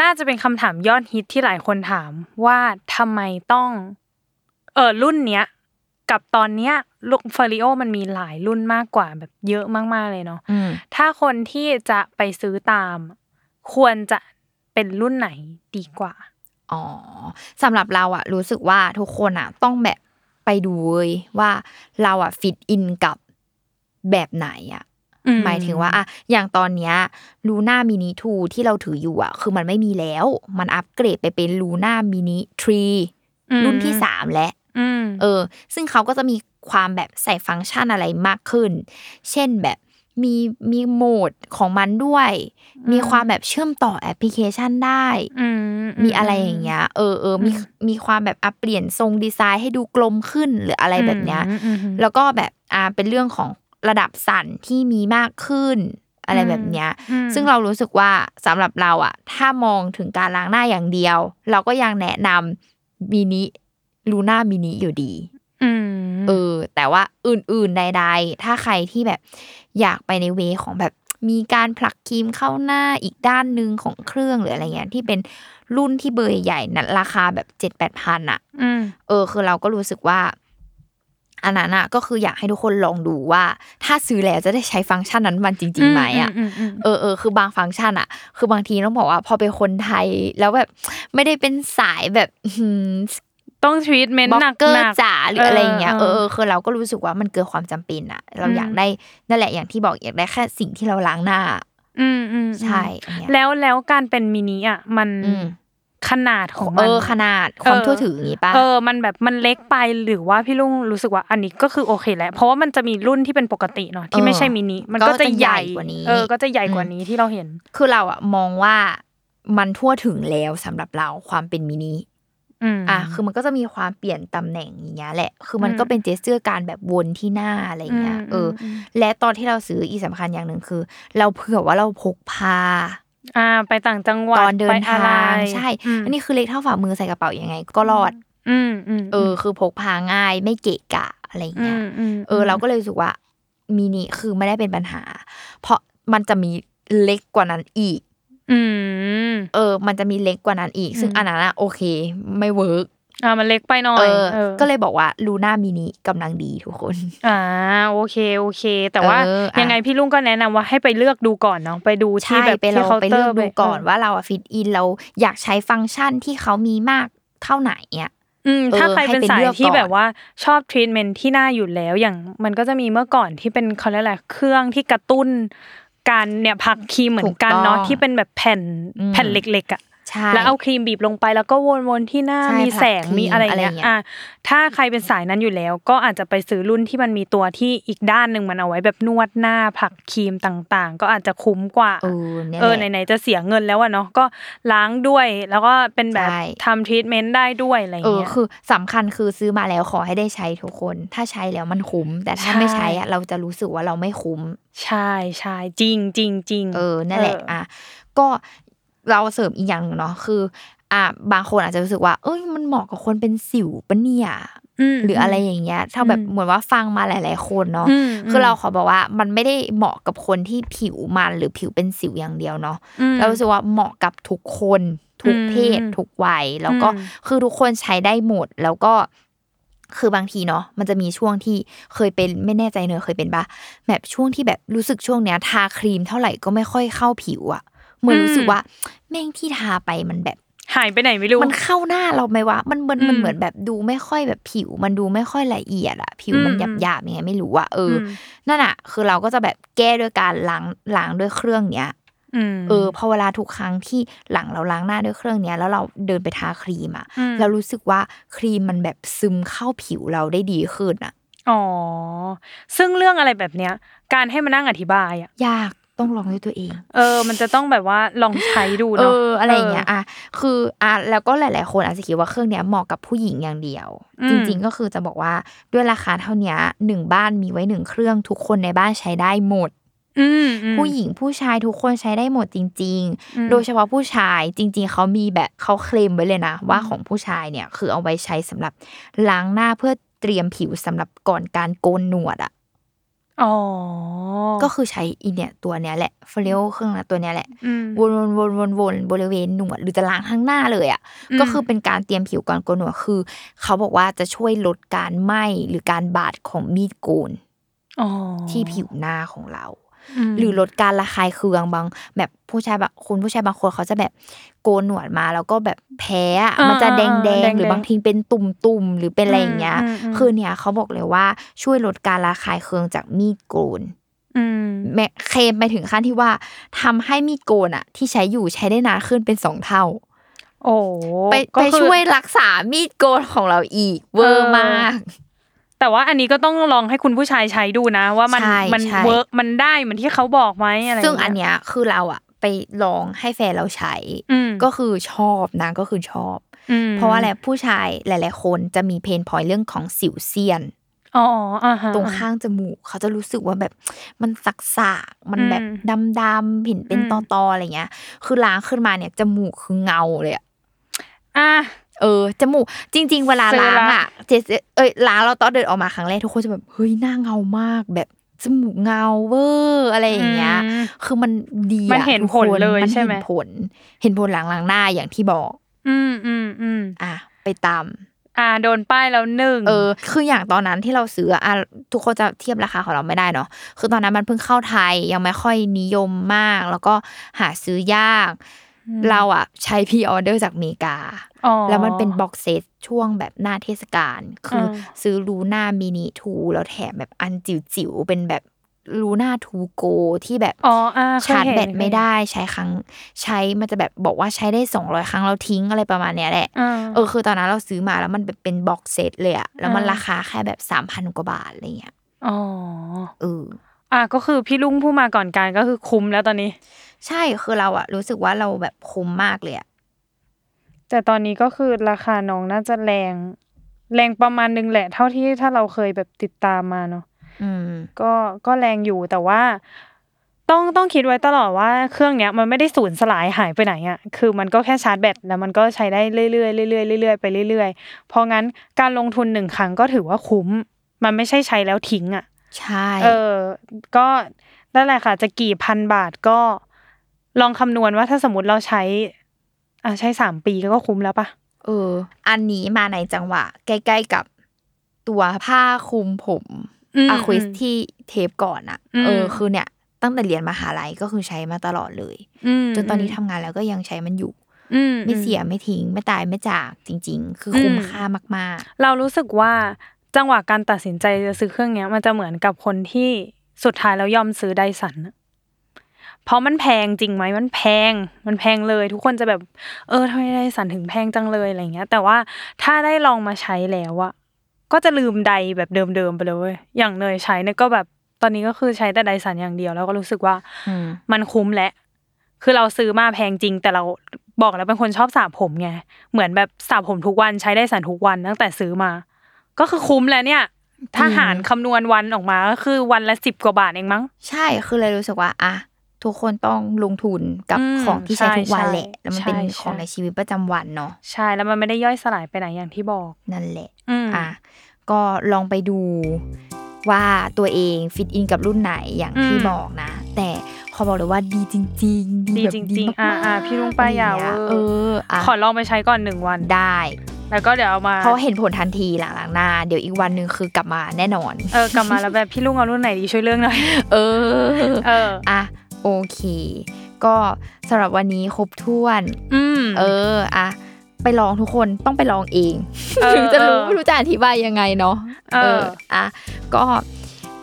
[SPEAKER 3] น่าจะเป็นคำถามยอดฮิตที่หลายคนถามว่าทำไมต้อง เออรุ่นเนี้ย กับตอนเนี้ยลูกฟอริโอมันมีหลายรุ่นมากกว่าแบบเยอะมากๆเลยเนาะ
[SPEAKER 2] อืม
[SPEAKER 3] ถ้าคนที่จะไปซื้อตาม ควรจะเป็นรุ่นไหนดีกว่า
[SPEAKER 2] อ๋อสำหรับเราอะรู้สึกว่าทุกคนอะต้องแบบไปดูเว้ยว่าเราอะฟิตอินกับ แบบไหนอะ
[SPEAKER 3] อื
[SPEAKER 2] หมายถึงว่าอะอย่างตอนเนี้ยลูน่ามินิทูที่เราถืออยู่อะคือมันไม่มีแล้ว มันอัปเกรดไปเป็นลูน่ามินิทรี
[SPEAKER 3] อืม
[SPEAKER 2] รุ่นที่สามแล้ว
[SPEAKER 3] อืม
[SPEAKER 2] เออ ซึ่งเขาก็จะมีความแบบใส่ฟังก์ชันอะไรมากขึ้น เช่นแบบมีมีโหมดของมันด้วย
[SPEAKER 3] อืม
[SPEAKER 2] มีความแบบเชื่อมต่อแอปพลิเคชันได้
[SPEAKER 3] ม
[SPEAKER 2] มีอะไรอย่างเงี้ย เออเออมี
[SPEAKER 3] อืม
[SPEAKER 2] มีความแบบอ่ะเปลี่ยนทรงดีไซน์ให้ดูกลมขึ้นหรืออะไรแบบเนี้ย
[SPEAKER 3] อืมอืม
[SPEAKER 2] แล้วก็แบบอ่าเป็นเรื่องของระดับสั่นที่มีมากขึ้น อะไร
[SPEAKER 3] อืม
[SPEAKER 2] แบบเนี้ย
[SPEAKER 3] อืม
[SPEAKER 2] ซึ่งเรารู้สึกว่าสำหรับเราอะถ้ามองถึงการล้างหน้าอย่างเดียว เราก็ยังแนะนำมินิลูน่ามินิอยู่ดี
[SPEAKER 3] อืม
[SPEAKER 2] เออ แต่ว่าอื่นๆใด ๆ ถ้าใครที่แบบอยากไปในเวของแบบมีการผลักครีมเข้าหน้าอีกด้านหนึ่งของเครื่องหรืออะไรเงี้ยที่เป็นรุ่นที่เบอร์ใหญ่ๆนะราคาแบบเจ็ดแปดพันอะ
[SPEAKER 3] อืม
[SPEAKER 2] เออคือเราก็รู้สึกว่า อันนั้นอะก็คืออยากให้ทุกคนลองดูว่า ถ้าซื้อแล้วจะได้ใช้ฟังก์ชันนั้นมันจริงๆไหมอะ
[SPEAKER 3] มม
[SPEAKER 2] เออเออคือบางฟังก์ชันอะคือบางทีต้องบอกว่า พอเป็นคนไทยแล้วแบบ ไม่ได้เป็นสายแบบ หืม
[SPEAKER 3] ต้องทรีทเมน
[SPEAKER 2] บล็
[SPEAKER 3] ต์
[SPEAKER 2] อก
[SPEAKER 3] หนัก
[SPEAKER 2] เกอร์
[SPEAKER 3] ๆ
[SPEAKER 2] จ๋าหรืออะไรอย่างเงี้ย
[SPEAKER 3] เออ
[SPEAKER 2] เอ
[SPEAKER 3] เอ
[SPEAKER 2] อ
[SPEAKER 3] อ
[SPEAKER 2] เออคือเราก็รู้สึกว่ามันเกินความจำเป็นอะเรา
[SPEAKER 3] อืม
[SPEAKER 2] อยากได้นั่นแหละอย่างที่บอกอยากได้แค่สิ่งที่เราล้างหน้า
[SPEAKER 3] อืมอืม
[SPEAKER 2] ใช่อย่างเงี้ย
[SPEAKER 3] แล้วแล้วการเป็นมินิอ่ะ มัน
[SPEAKER 2] อืม
[SPEAKER 3] ขนาดของ
[SPEAKER 2] เอ
[SPEAKER 3] มัน
[SPEAKER 2] อขนาดความ
[SPEAKER 3] เออ
[SPEAKER 2] ทั่วถึงอย่างงี้ป่ะ
[SPEAKER 3] เออ มันแบบมันเล็กไปหรือว่าพี่ลุงรู้สึกว่าอันนี้ก็คือโอเคแล้ว เพราะว่ามันจะมีรุ่นที่เป็นปกติเนาะที่ไม่ใช่มินิ มันก็
[SPEAKER 2] ก็จะ
[SPEAKER 3] จะใหญ่
[SPEAKER 2] ใหญ่กว่านี้
[SPEAKER 3] เออ ก็จะใหญ่กว่านี้ที่เราเห็น
[SPEAKER 2] คือเราอะมองว่ามันทั่วถึงแล้วสำหรับเราความเป็นมินิ
[SPEAKER 3] อืม
[SPEAKER 2] อ่ะคือมันก็จะมีความเปลี่ยนตำแหน่งอย่างเงี้ยแหละ คือมัน
[SPEAKER 3] อืม
[SPEAKER 2] ก็เป็นเจสเจอร์การแบบวนที่หน้าอะไรเงี้ยเอออ
[SPEAKER 3] ม
[SPEAKER 2] และตอนที่เราซื้ออีสำคัญอย่างหนึ่งคือ เราเผื่อว่าเราพกพา
[SPEAKER 3] อ่า ไปต่างจังหวัด
[SPEAKER 2] ตอนเดิน
[SPEAKER 3] ไปอะ
[SPEAKER 2] ทา
[SPEAKER 3] ไรง
[SPEAKER 2] ใช่
[SPEAKER 3] อืม
[SPEAKER 2] อันนี้คือเล็กเท่าฝ่ามือใส่กระเป๋ายังไง ก็รอด
[SPEAKER 3] อืมอืม
[SPEAKER 2] เออคือพกพาง่ายไม่เกะกะอะไร
[SPEAKER 3] อื
[SPEAKER 2] เงี้ย
[SPEAKER 3] มอืม
[SPEAKER 2] เออเราก็เลยรู้สึกว่ามินิคือไม่ได้เป็นปัญหา เพราะมันจะมีเล็กกว่านั้นอีก
[SPEAKER 3] อืม
[SPEAKER 2] เออ มันจะมีเล็กกว่านั้นอีก
[SPEAKER 3] อืม
[SPEAKER 2] ซึ่งอันนั้นอะโอเค ไม่เวิร์ก
[SPEAKER 3] อ่ามันเล็กไปหน่อ
[SPEAKER 2] เอย อ
[SPEAKER 3] ออ
[SPEAKER 2] ก็เลยบอกว่าลูน่ามินิกำลังดีทุกคน
[SPEAKER 3] อ่าโอเคโอเค แต่ว่า
[SPEAKER 2] เอออ่ะ
[SPEAKER 3] ยังไงพี่ลุงก็แนะนำว่าให้ไปเลือกดูก่อนเนาะไปดูที่
[SPEAKER 2] ใช่
[SPEAKER 3] แบบ
[SPEAKER 2] ไปล
[SPEAKER 3] ที่
[SPEAKER 2] อง
[SPEAKER 3] เคาน์
[SPEAKER 2] ไป
[SPEAKER 3] เตอ
[SPEAKER 2] เลือก
[SPEAKER 3] ร์
[SPEAKER 2] ดูก่อน
[SPEAKER 3] ไป
[SPEAKER 2] ว่าเราอะฟิตอินเราอยากใช้ฟังก์ชันที่เขามีมากเท่าไหนอ่ะ
[SPEAKER 3] อืม
[SPEAKER 2] เออ
[SPEAKER 3] ถ้าใครเป็น
[SPEAKER 2] ให้ไป
[SPEAKER 3] สา
[SPEAKER 2] เลื
[SPEAKER 3] ย
[SPEAKER 2] อก
[SPEAKER 3] ที่
[SPEAKER 2] ก่อน
[SPEAKER 3] แบบว่าชอบทรีทเมนที่หน้าอยู่แล้วอย่างมันก็จะมีเมื่อก่อนที่เป็นเขาเรียกอะไรเครื่องที่กระตุ้น การเนี่ยพักครีมเหมือนกันเนาะ
[SPEAKER 2] ถูกต้อง
[SPEAKER 3] ที่เป็นแบบแผ่น
[SPEAKER 2] อืม
[SPEAKER 3] แผ่นเล็กๆอ่ะ
[SPEAKER 2] ใช่
[SPEAKER 3] แล้วเอาครีมบีบลงไปแล้วก็วนๆที่หน้า
[SPEAKER 2] ใช่
[SPEAKER 3] มีแสง
[SPEAKER 2] ผลักครีม
[SPEAKER 3] มีอะไรอย่า
[SPEAKER 2] อะ
[SPEAKER 3] งเงี้
[SPEAKER 2] ไรอย่างเงี้ย
[SPEAKER 3] ยอ่ะถ้าใครเป็นสายนั้นอยู่แล้ว ก็อาจจะไปซื้อรุ่นที่มันมีตัวที่อีกด้านหนึ่งมันเอาไว้แบบนวดหน้าผักครีมต่างๆ ก็อาจจะคุ้มกว่า
[SPEAKER 2] เออเนี่ย
[SPEAKER 3] เออ
[SPEAKER 2] แหละ
[SPEAKER 3] ไหนๆจะเสียเงินแล้วอะเนาะก็ล้างด้วยแล้วก็เป็นแบบ
[SPEAKER 2] ใช่
[SPEAKER 3] ทำทรีทเมนต์ได้ด้วยอะไร
[SPEAKER 2] เออ
[SPEAKER 3] เงี้ย
[SPEAKER 2] คือสำคัญคือซื้อมาแล้วขอให้ได้ใช้ทุกคน ถ้าใช้แล้วมันคุ้ม แต่ถ้าไม่
[SPEAKER 3] ใช่
[SPEAKER 2] ใช้อะเราจะรู้สึกว่าเราไม่คุ้ม
[SPEAKER 3] ใช่ใช่จริงจริงจริง
[SPEAKER 2] เออนั่นแหละ
[SPEAKER 3] เ
[SPEAKER 2] อ่ะก็เราเสริมอีกอย่างหนึ่งเนาะคือ อ่ะบางคนอาจจะรู้สึกว่า เอ้ยมันเหมาะกับคนเป็นสิวปะเนี่ย
[SPEAKER 3] ม
[SPEAKER 2] หรืออะไรอย่างเงี้ยถ้าแบบ
[SPEAKER 3] อืม
[SPEAKER 2] เหมือนว่าฟังมาหลาย ๆ คนเนาะ
[SPEAKER 3] ม
[SPEAKER 2] คือเราขอบอกว่ามันไม่ได้เหมาะกับคนที่ผิวมันหรือผิวเป็นสิวอย่างเดียวเนาะ
[SPEAKER 3] อืม
[SPEAKER 2] เรารู้สึกว่าเหมาะกับทุกคนทุกเพศ
[SPEAKER 3] อืม
[SPEAKER 2] ทุกวัยแล้วก็
[SPEAKER 3] อืม
[SPEAKER 2] คือทุกคนใช้ได้หมดแล้วก็คือบางทีเนาะมันจะมีช่วงที่เคยเป็นไม่แน่ใจเนอะเคยเป็นปะ แบบช่วงที่แบบรู้สึกช่วงเนี้ยทาครีมเท่าไหร่ก็ไม่ค่อยเข้าผิวอะเหมือน
[SPEAKER 3] อืม
[SPEAKER 2] รู้สึกว่า แม่งที่ทาไปมันแบบ
[SPEAKER 3] หายไปไหนไม่รู้
[SPEAKER 2] มันเข้าหน้าเราไหมวะมันมันมัน
[SPEAKER 3] อืม
[SPEAKER 2] เหมือนแบบดูไม่ค่อยแบบผิว มันดูไม่ค่อยละเอียดอะผิวมัน
[SPEAKER 3] อืม
[SPEAKER 2] หยาบหยาบๆยังไงไม่รู้อะเออ
[SPEAKER 3] อื
[SPEAKER 2] อ
[SPEAKER 3] ม
[SPEAKER 2] นั่นอะคือเราก็จะแบบแก้ด้วยการล้างล้างด้วยเครื่องเนี้ย
[SPEAKER 3] อืม
[SPEAKER 2] เออพอเวลาทุกครั้งที่หลังเราล้างหน้าด้วยเครื่องเนี้ยแล้วเราเดินไปทาครีมอะ
[SPEAKER 3] ม
[SPEAKER 2] เรารู้สึกว่าครีมมันแบบซึมเข้าผิวเราได้ดีขึ้นอะ
[SPEAKER 3] อ๋อซึ่งเรื่องอะไรแบบเนี้ย การให้มานั่งอธิบายอ่ะ
[SPEAKER 2] ยากต้องลองด้วยตัวเอง
[SPEAKER 3] เออ มันจะต้องแบบว่าลองใช้ดู
[SPEAKER 2] เอ
[SPEAKER 3] เนาะ
[SPEAKER 2] ออะไรอย่างเงี้ยอ่ะคืออ่ะแล้วก็หลาย ๆ คนอาจจะคิดว่าเครื่องเนี้ยเหมาะกับผู้หญิงอย่างเดียว
[SPEAKER 3] อืม
[SPEAKER 2] จริง ๆ ก็คือจะบอกว่าด้วยราคาเท่าเนี้ยหนึ่งบ้านมีไว้หนึ่งเครื่องทุกคนในบ้านใช้ได้หมด
[SPEAKER 3] อืมอืม
[SPEAKER 2] ผู้หญิงผู้ชายทุกคนใช้ได้หมดจริง
[SPEAKER 3] อืม
[SPEAKER 2] ๆ โดยเฉพาะผู้ชายจริง ๆ เขามีแบบเขาเคลมไว้เลยนะ ว่าของผู้ชายเนี่ยคือเอาไว้ใช้สำหรับล้างหน้าเพื่อเตรียมผิวสำหรับก่อนการโกนหนวดอ่ะ
[SPEAKER 3] อ๋อ
[SPEAKER 2] ก็คือใช้อีเนี่ยตัวเนี้ยแหละเฟลเครื่องนะตัวเนี้ยแหละ
[SPEAKER 3] อืม
[SPEAKER 2] วนวนวนวนวนบริเวณหนวดหรือจะล้างทั้งหน้าเลยอ่ะ
[SPEAKER 3] อืม
[SPEAKER 2] ก็คือเป็นการเตรียมผิวก่อนโกนหนวดคือ เขาบอกว่าจะช่วยลดการไหม้หรือการบาดของมีดโกน
[SPEAKER 3] อ๋อ
[SPEAKER 2] ที่ผิวหน้าของเรา
[SPEAKER 3] ม
[SPEAKER 2] หรือลดการระคายเคืองบาง แบบผู้ชายแบบคุณผู้ชายบางคนเขาจะแบบโกนหนวดมาแล้วก็แบบแพ้อะ
[SPEAKER 3] อ่า
[SPEAKER 2] มันจะแดง
[SPEAKER 3] แด
[SPEAKER 2] แด
[SPEAKER 3] ง
[SPEAKER 2] ง
[SPEAKER 3] ๆ
[SPEAKER 2] หรือบางทีเป็นตุ่มๆหรือเป็นอะไรอย่างเงี้ย
[SPEAKER 3] อืมอืม
[SPEAKER 2] คือเนี่ยเขาบอกเลยว่าช่วยลดการระคายเคืองจากมีดโกน
[SPEAKER 3] อืม
[SPEAKER 2] แม้เคลมไปถึงขั้นที่ว่าทำให้มีดโกนอะที่ใช้อยู่ใช้ได้นานขึ้นเป็นสองเท่า
[SPEAKER 3] โอ้
[SPEAKER 2] ไป
[SPEAKER 3] ก็
[SPEAKER 2] ไป
[SPEAKER 3] คือ
[SPEAKER 2] ช่วยรักษามีดโกนของเราอีกเวอร์มาก
[SPEAKER 3] แต่ว่าอันนี้ก็ต้องลองให้คุณผู้ชายใช้ดูนะ ว่ามัน
[SPEAKER 2] ใช่
[SPEAKER 3] มัน
[SPEAKER 2] ใช่
[SPEAKER 3] เวิร์กมันได้เหมือนที่เขาบอกไหมอะไร
[SPEAKER 2] ซึ่งอัน
[SPEAKER 3] ย่าเย
[SPEAKER 2] เนี้ยคือเราอะไปลองให้แฟนเราใช้
[SPEAKER 3] อืม
[SPEAKER 2] ก็คือชอบนะก็คือชอบ
[SPEAKER 3] ม
[SPEAKER 2] เพราะว่าอะไรผู้ชายหลาย ๆ คนจะมีเพนพอยเรื่องของสิวเซียน
[SPEAKER 3] อ๋ออ่าฮะ
[SPEAKER 2] ตรงข้างจมูกเขาจะรู้สึกว่าแบบมันสักสากๆมันแบบ
[SPEAKER 3] อื
[SPEAKER 2] ดำๆเห็นเป็น
[SPEAKER 3] อื
[SPEAKER 2] ต
[SPEAKER 3] ม
[SPEAKER 2] อๆอะไรเงี้ย คือล้างขึ้นมาเนี่ยจมูกคือเงาเลยอะ
[SPEAKER 3] อ่ะ
[SPEAKER 2] เออจมูกจริง ๆ เวลา
[SPEAKER 3] เจอละ
[SPEAKER 2] ล้างอะเจเอ้ยล้างเราตอนเดินออกมาครั้งแรกทุกคนจะแบบเฮ้ยหน้าเงามากแบบจมูกเงาเวอร์อะไรอย่างเงี้ย
[SPEAKER 3] อืม
[SPEAKER 2] คือมันดี
[SPEAKER 3] มัน
[SPEAKER 2] อะ
[SPEAKER 3] เห็น
[SPEAKER 2] ทุก
[SPEAKER 3] ผล
[SPEAKER 2] คน
[SPEAKER 3] เลย
[SPEAKER 2] มัน
[SPEAKER 3] ใช่ไหม
[SPEAKER 2] เห็นผล เห็นผลหลังล้างหน้าอย่างที่บอก
[SPEAKER 3] อืมอืมอืม
[SPEAKER 2] อ่ะไปตาม
[SPEAKER 3] อ่าโดนป้ายแล้วหนึ่ง
[SPEAKER 2] เออ คืออย่างตอนนั้นที่เราซื้ออะอ่ะทุกคนจะเทียบราคาของเราไม่ได้เนาะ คือตอนนั้นมันเพิ่งเข้าไทยยังไม่ค่อยนิยมมาก แล้วก็หาซื้อยาก เราอะใช้ พีออเดอร์จากอเมริกา
[SPEAKER 3] อ๋อ
[SPEAKER 2] แล้วมันเป็นบ็อกเซตช่วงแบบหน้าเทศกาล คืออ
[SPEAKER 3] ม
[SPEAKER 2] ซื้อรูหน้ามินิทูแล้วแถมแบบอันจิ๋วๆ เป็นแบบรูหน้าทูโกที่แบบ
[SPEAKER 3] อ๋ออ่าเคย
[SPEAKER 2] ชาร์จ
[SPEAKER 3] เห็น
[SPEAKER 2] แบตไม่ได้ใช้ครั้งใช้มันจะแบบบอกว่าใช้ได้ 200 ครั้งเราทิ้งอะไรประมาณเนี้ยแหละ
[SPEAKER 3] อ่า
[SPEAKER 2] เออคือตอนนั้นเราซื้อมาแล้วมันแบบเป็นบ็อกเซตเลยอะแล้วมัน
[SPEAKER 3] อ่า
[SPEAKER 2] ราคาแค่แบบ 3,000 กว่าบาทอะไรเงี้ย
[SPEAKER 3] อ๋อ
[SPEAKER 2] เออ
[SPEAKER 3] อ่ะก็คือพี่ลุงผู้มาก่อนการก็คือคุ้มแล้วตอนนี้
[SPEAKER 2] ใช่คือเราอะรู้สึกว่าเราแบบคุ้มมากเลยอะ
[SPEAKER 3] แต่ตอนนี้ก็คือราคาน้องน่าจะแรง แรงประมาณหนึงแหละ เท่าที่ถ้าเราเคยแบบติดตามมาเนาะ
[SPEAKER 2] อืม
[SPEAKER 3] ก็ก็แรงอยู่แต่ว่า ต้องต้องคิดไว้ตลอดว่าเครื่องเนี้ยมันไม่ได้สูญสลายหายไปไหนอะ่ะคือมันก็แค่ชาร์จแบตแล้วมันก็ใช้ได้เรื่อยๆเรื่อยๆเรื่อยๆไปเรื่อยๆเพราะงั้นการลงทุนหนึ่งครั้งก็ถือว่าคุ้ม มันไม่ใช่ใช้แล้วทิ้งอะ่ะ
[SPEAKER 2] ใช่
[SPEAKER 3] เออ ก็นั่นแหละค่ะ จะกี่พันบาทก็ ลองคำนวณว่าถ้าสมมติเราใช้ อ่ะใช้สามปีก็คุ้มแล้วปะ
[SPEAKER 2] เออ อันนี้มาในจังหวะ ใกล้ๆกับตัวผ้าคลุมผม
[SPEAKER 3] ม
[SPEAKER 2] อะควิสที่เทปก่อนอะ
[SPEAKER 3] อืม
[SPEAKER 2] เออคือเนี่ย ตั้งแต่เรียนมหาลัยก็คือใช้มาตลอดเลย
[SPEAKER 3] ม
[SPEAKER 2] จนตอนนี้ทำงานแล้วก็ยังใช้มันอยู่
[SPEAKER 3] อืม
[SPEAKER 2] ไม่เสียไม่ทิ้งไม่ตายไม่จากจริง ๆ คืออ
[SPEAKER 3] ม
[SPEAKER 2] คุ้มค่ามาก
[SPEAKER 3] เรารู้สึกว่าจังหวะการตัดสินใจจะซื้อเครื่องเนี้ย มันจะเหมือนกับคนที่สุดท้ายแล้วยอมซื้อไดสันน่ะเพราะมันแพงจริงไหมมันแพง มันแพงเลย ทุกคนจะแบบ เออทำไมไดสันถึงแพงจังเลยอะไรเงี้ย แต่ว่าถ้าได้ลองมาใช้แล้วอะก็จะลืมไดแบบเดิมๆไปเลยเว้ยอย่างเนยใช้เนี่ยก็แบบตอนนี้ก็คือใช้แต่ไดสันอย่างเดียวแล้วก็รู้สึกว่า
[SPEAKER 2] อืม
[SPEAKER 3] มันคุ้มและ คือเราซื้อมาแพงจริง แต่เราบอกแล้วเป็นคนชอบสระผมไง เหมือนแบบสระผมทุกวันใช้ได้สันทุกวันตั้งแต่ซื้อมา ก็คือคุ้มแล้วเนี่ย ถ้าหารคำนวณวันออกมาก็คือวันละสิบกว่าบาทเองมั้ง
[SPEAKER 2] ๆ ใช่คือเลยรู้สึกว่าอ่ะทุกคนต้องลงทุนกับ
[SPEAKER 3] อืม
[SPEAKER 2] ของที่ใช้
[SPEAKER 3] ใช่
[SPEAKER 2] ทุกวัน
[SPEAKER 3] ใช่
[SPEAKER 2] แหละ แล้วมันเป็น
[SPEAKER 3] ใช่
[SPEAKER 2] ของ
[SPEAKER 3] ใช่
[SPEAKER 2] ในชีวิตประจำวันเนาะ
[SPEAKER 3] ใช่แล้วมันไม่ได้ย่อยสลายไปไหนอย่างที่บอก
[SPEAKER 2] นั่นแหละ
[SPEAKER 3] อืม
[SPEAKER 2] อ่ะก็ลองไปดูว่าตัวเองฟิตอินกับรุ่นไหนอย่างที่
[SPEAKER 3] อืม
[SPEAKER 2] บอกนะ แต่ขอบอกเลยว่าดีจริง ๆ ดี
[SPEAKER 3] ดี
[SPEAKER 2] แบบ
[SPEAKER 3] จริงๆ
[SPEAKER 2] ดีมก
[SPEAKER 3] อ่ะอ่ะพี่ลุงป้ายา
[SPEAKER 2] อะไรองเงี้
[SPEAKER 3] เวอร์
[SPEAKER 2] เอออ่ะ
[SPEAKER 3] ขอลองไปใช้ก่อนหนึ่งวัน
[SPEAKER 2] ได้
[SPEAKER 3] แล้วก็เดี๋ยวเอามา
[SPEAKER 2] เพราะเห็นผลทันทีหลังๆหน้า เดี๋ยวอีกวันหนึ่งคือกลับมาแน่นอน
[SPEAKER 3] เออกลับมาแล้วแบบพี่ลุงเอารุ่นไหนดีช่วยเรื่องหน่ อย
[SPEAKER 2] เออ
[SPEAKER 3] เออ
[SPEAKER 2] อ่ะโอเค ก็สำหรับวันนี้ครบถ้วน
[SPEAKER 3] อืม
[SPEAKER 2] เอออ่ะไปลองทุกคนต้องไปลองเอง
[SPEAKER 3] เออ
[SPEAKER 2] ถึง จะรู้
[SPEAKER 3] เออ
[SPEAKER 2] ไม่รู้จะอธิบายยังไงเนาะ
[SPEAKER 3] เออ
[SPEAKER 2] อ่ะก็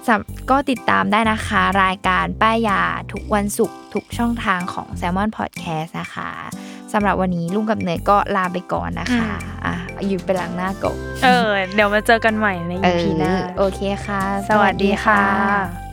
[SPEAKER 2] สำก็ติดตามได้นะคะ รายการป้ายยาทุกวันศุกร์ทุกช่องทางของ s ซ l m o n Podcast นะคะสำหรับวันนี้ลุงกับเนยก็ลาไปก่อนนะคะอ่ะหยุดไปล้างหน้าก่อน
[SPEAKER 3] เออ เดี๋ยวมาเจอกันใหม่ใน EP หน้า
[SPEAKER 2] โอเคค่ะ
[SPEAKER 3] สวัสดีค่ะ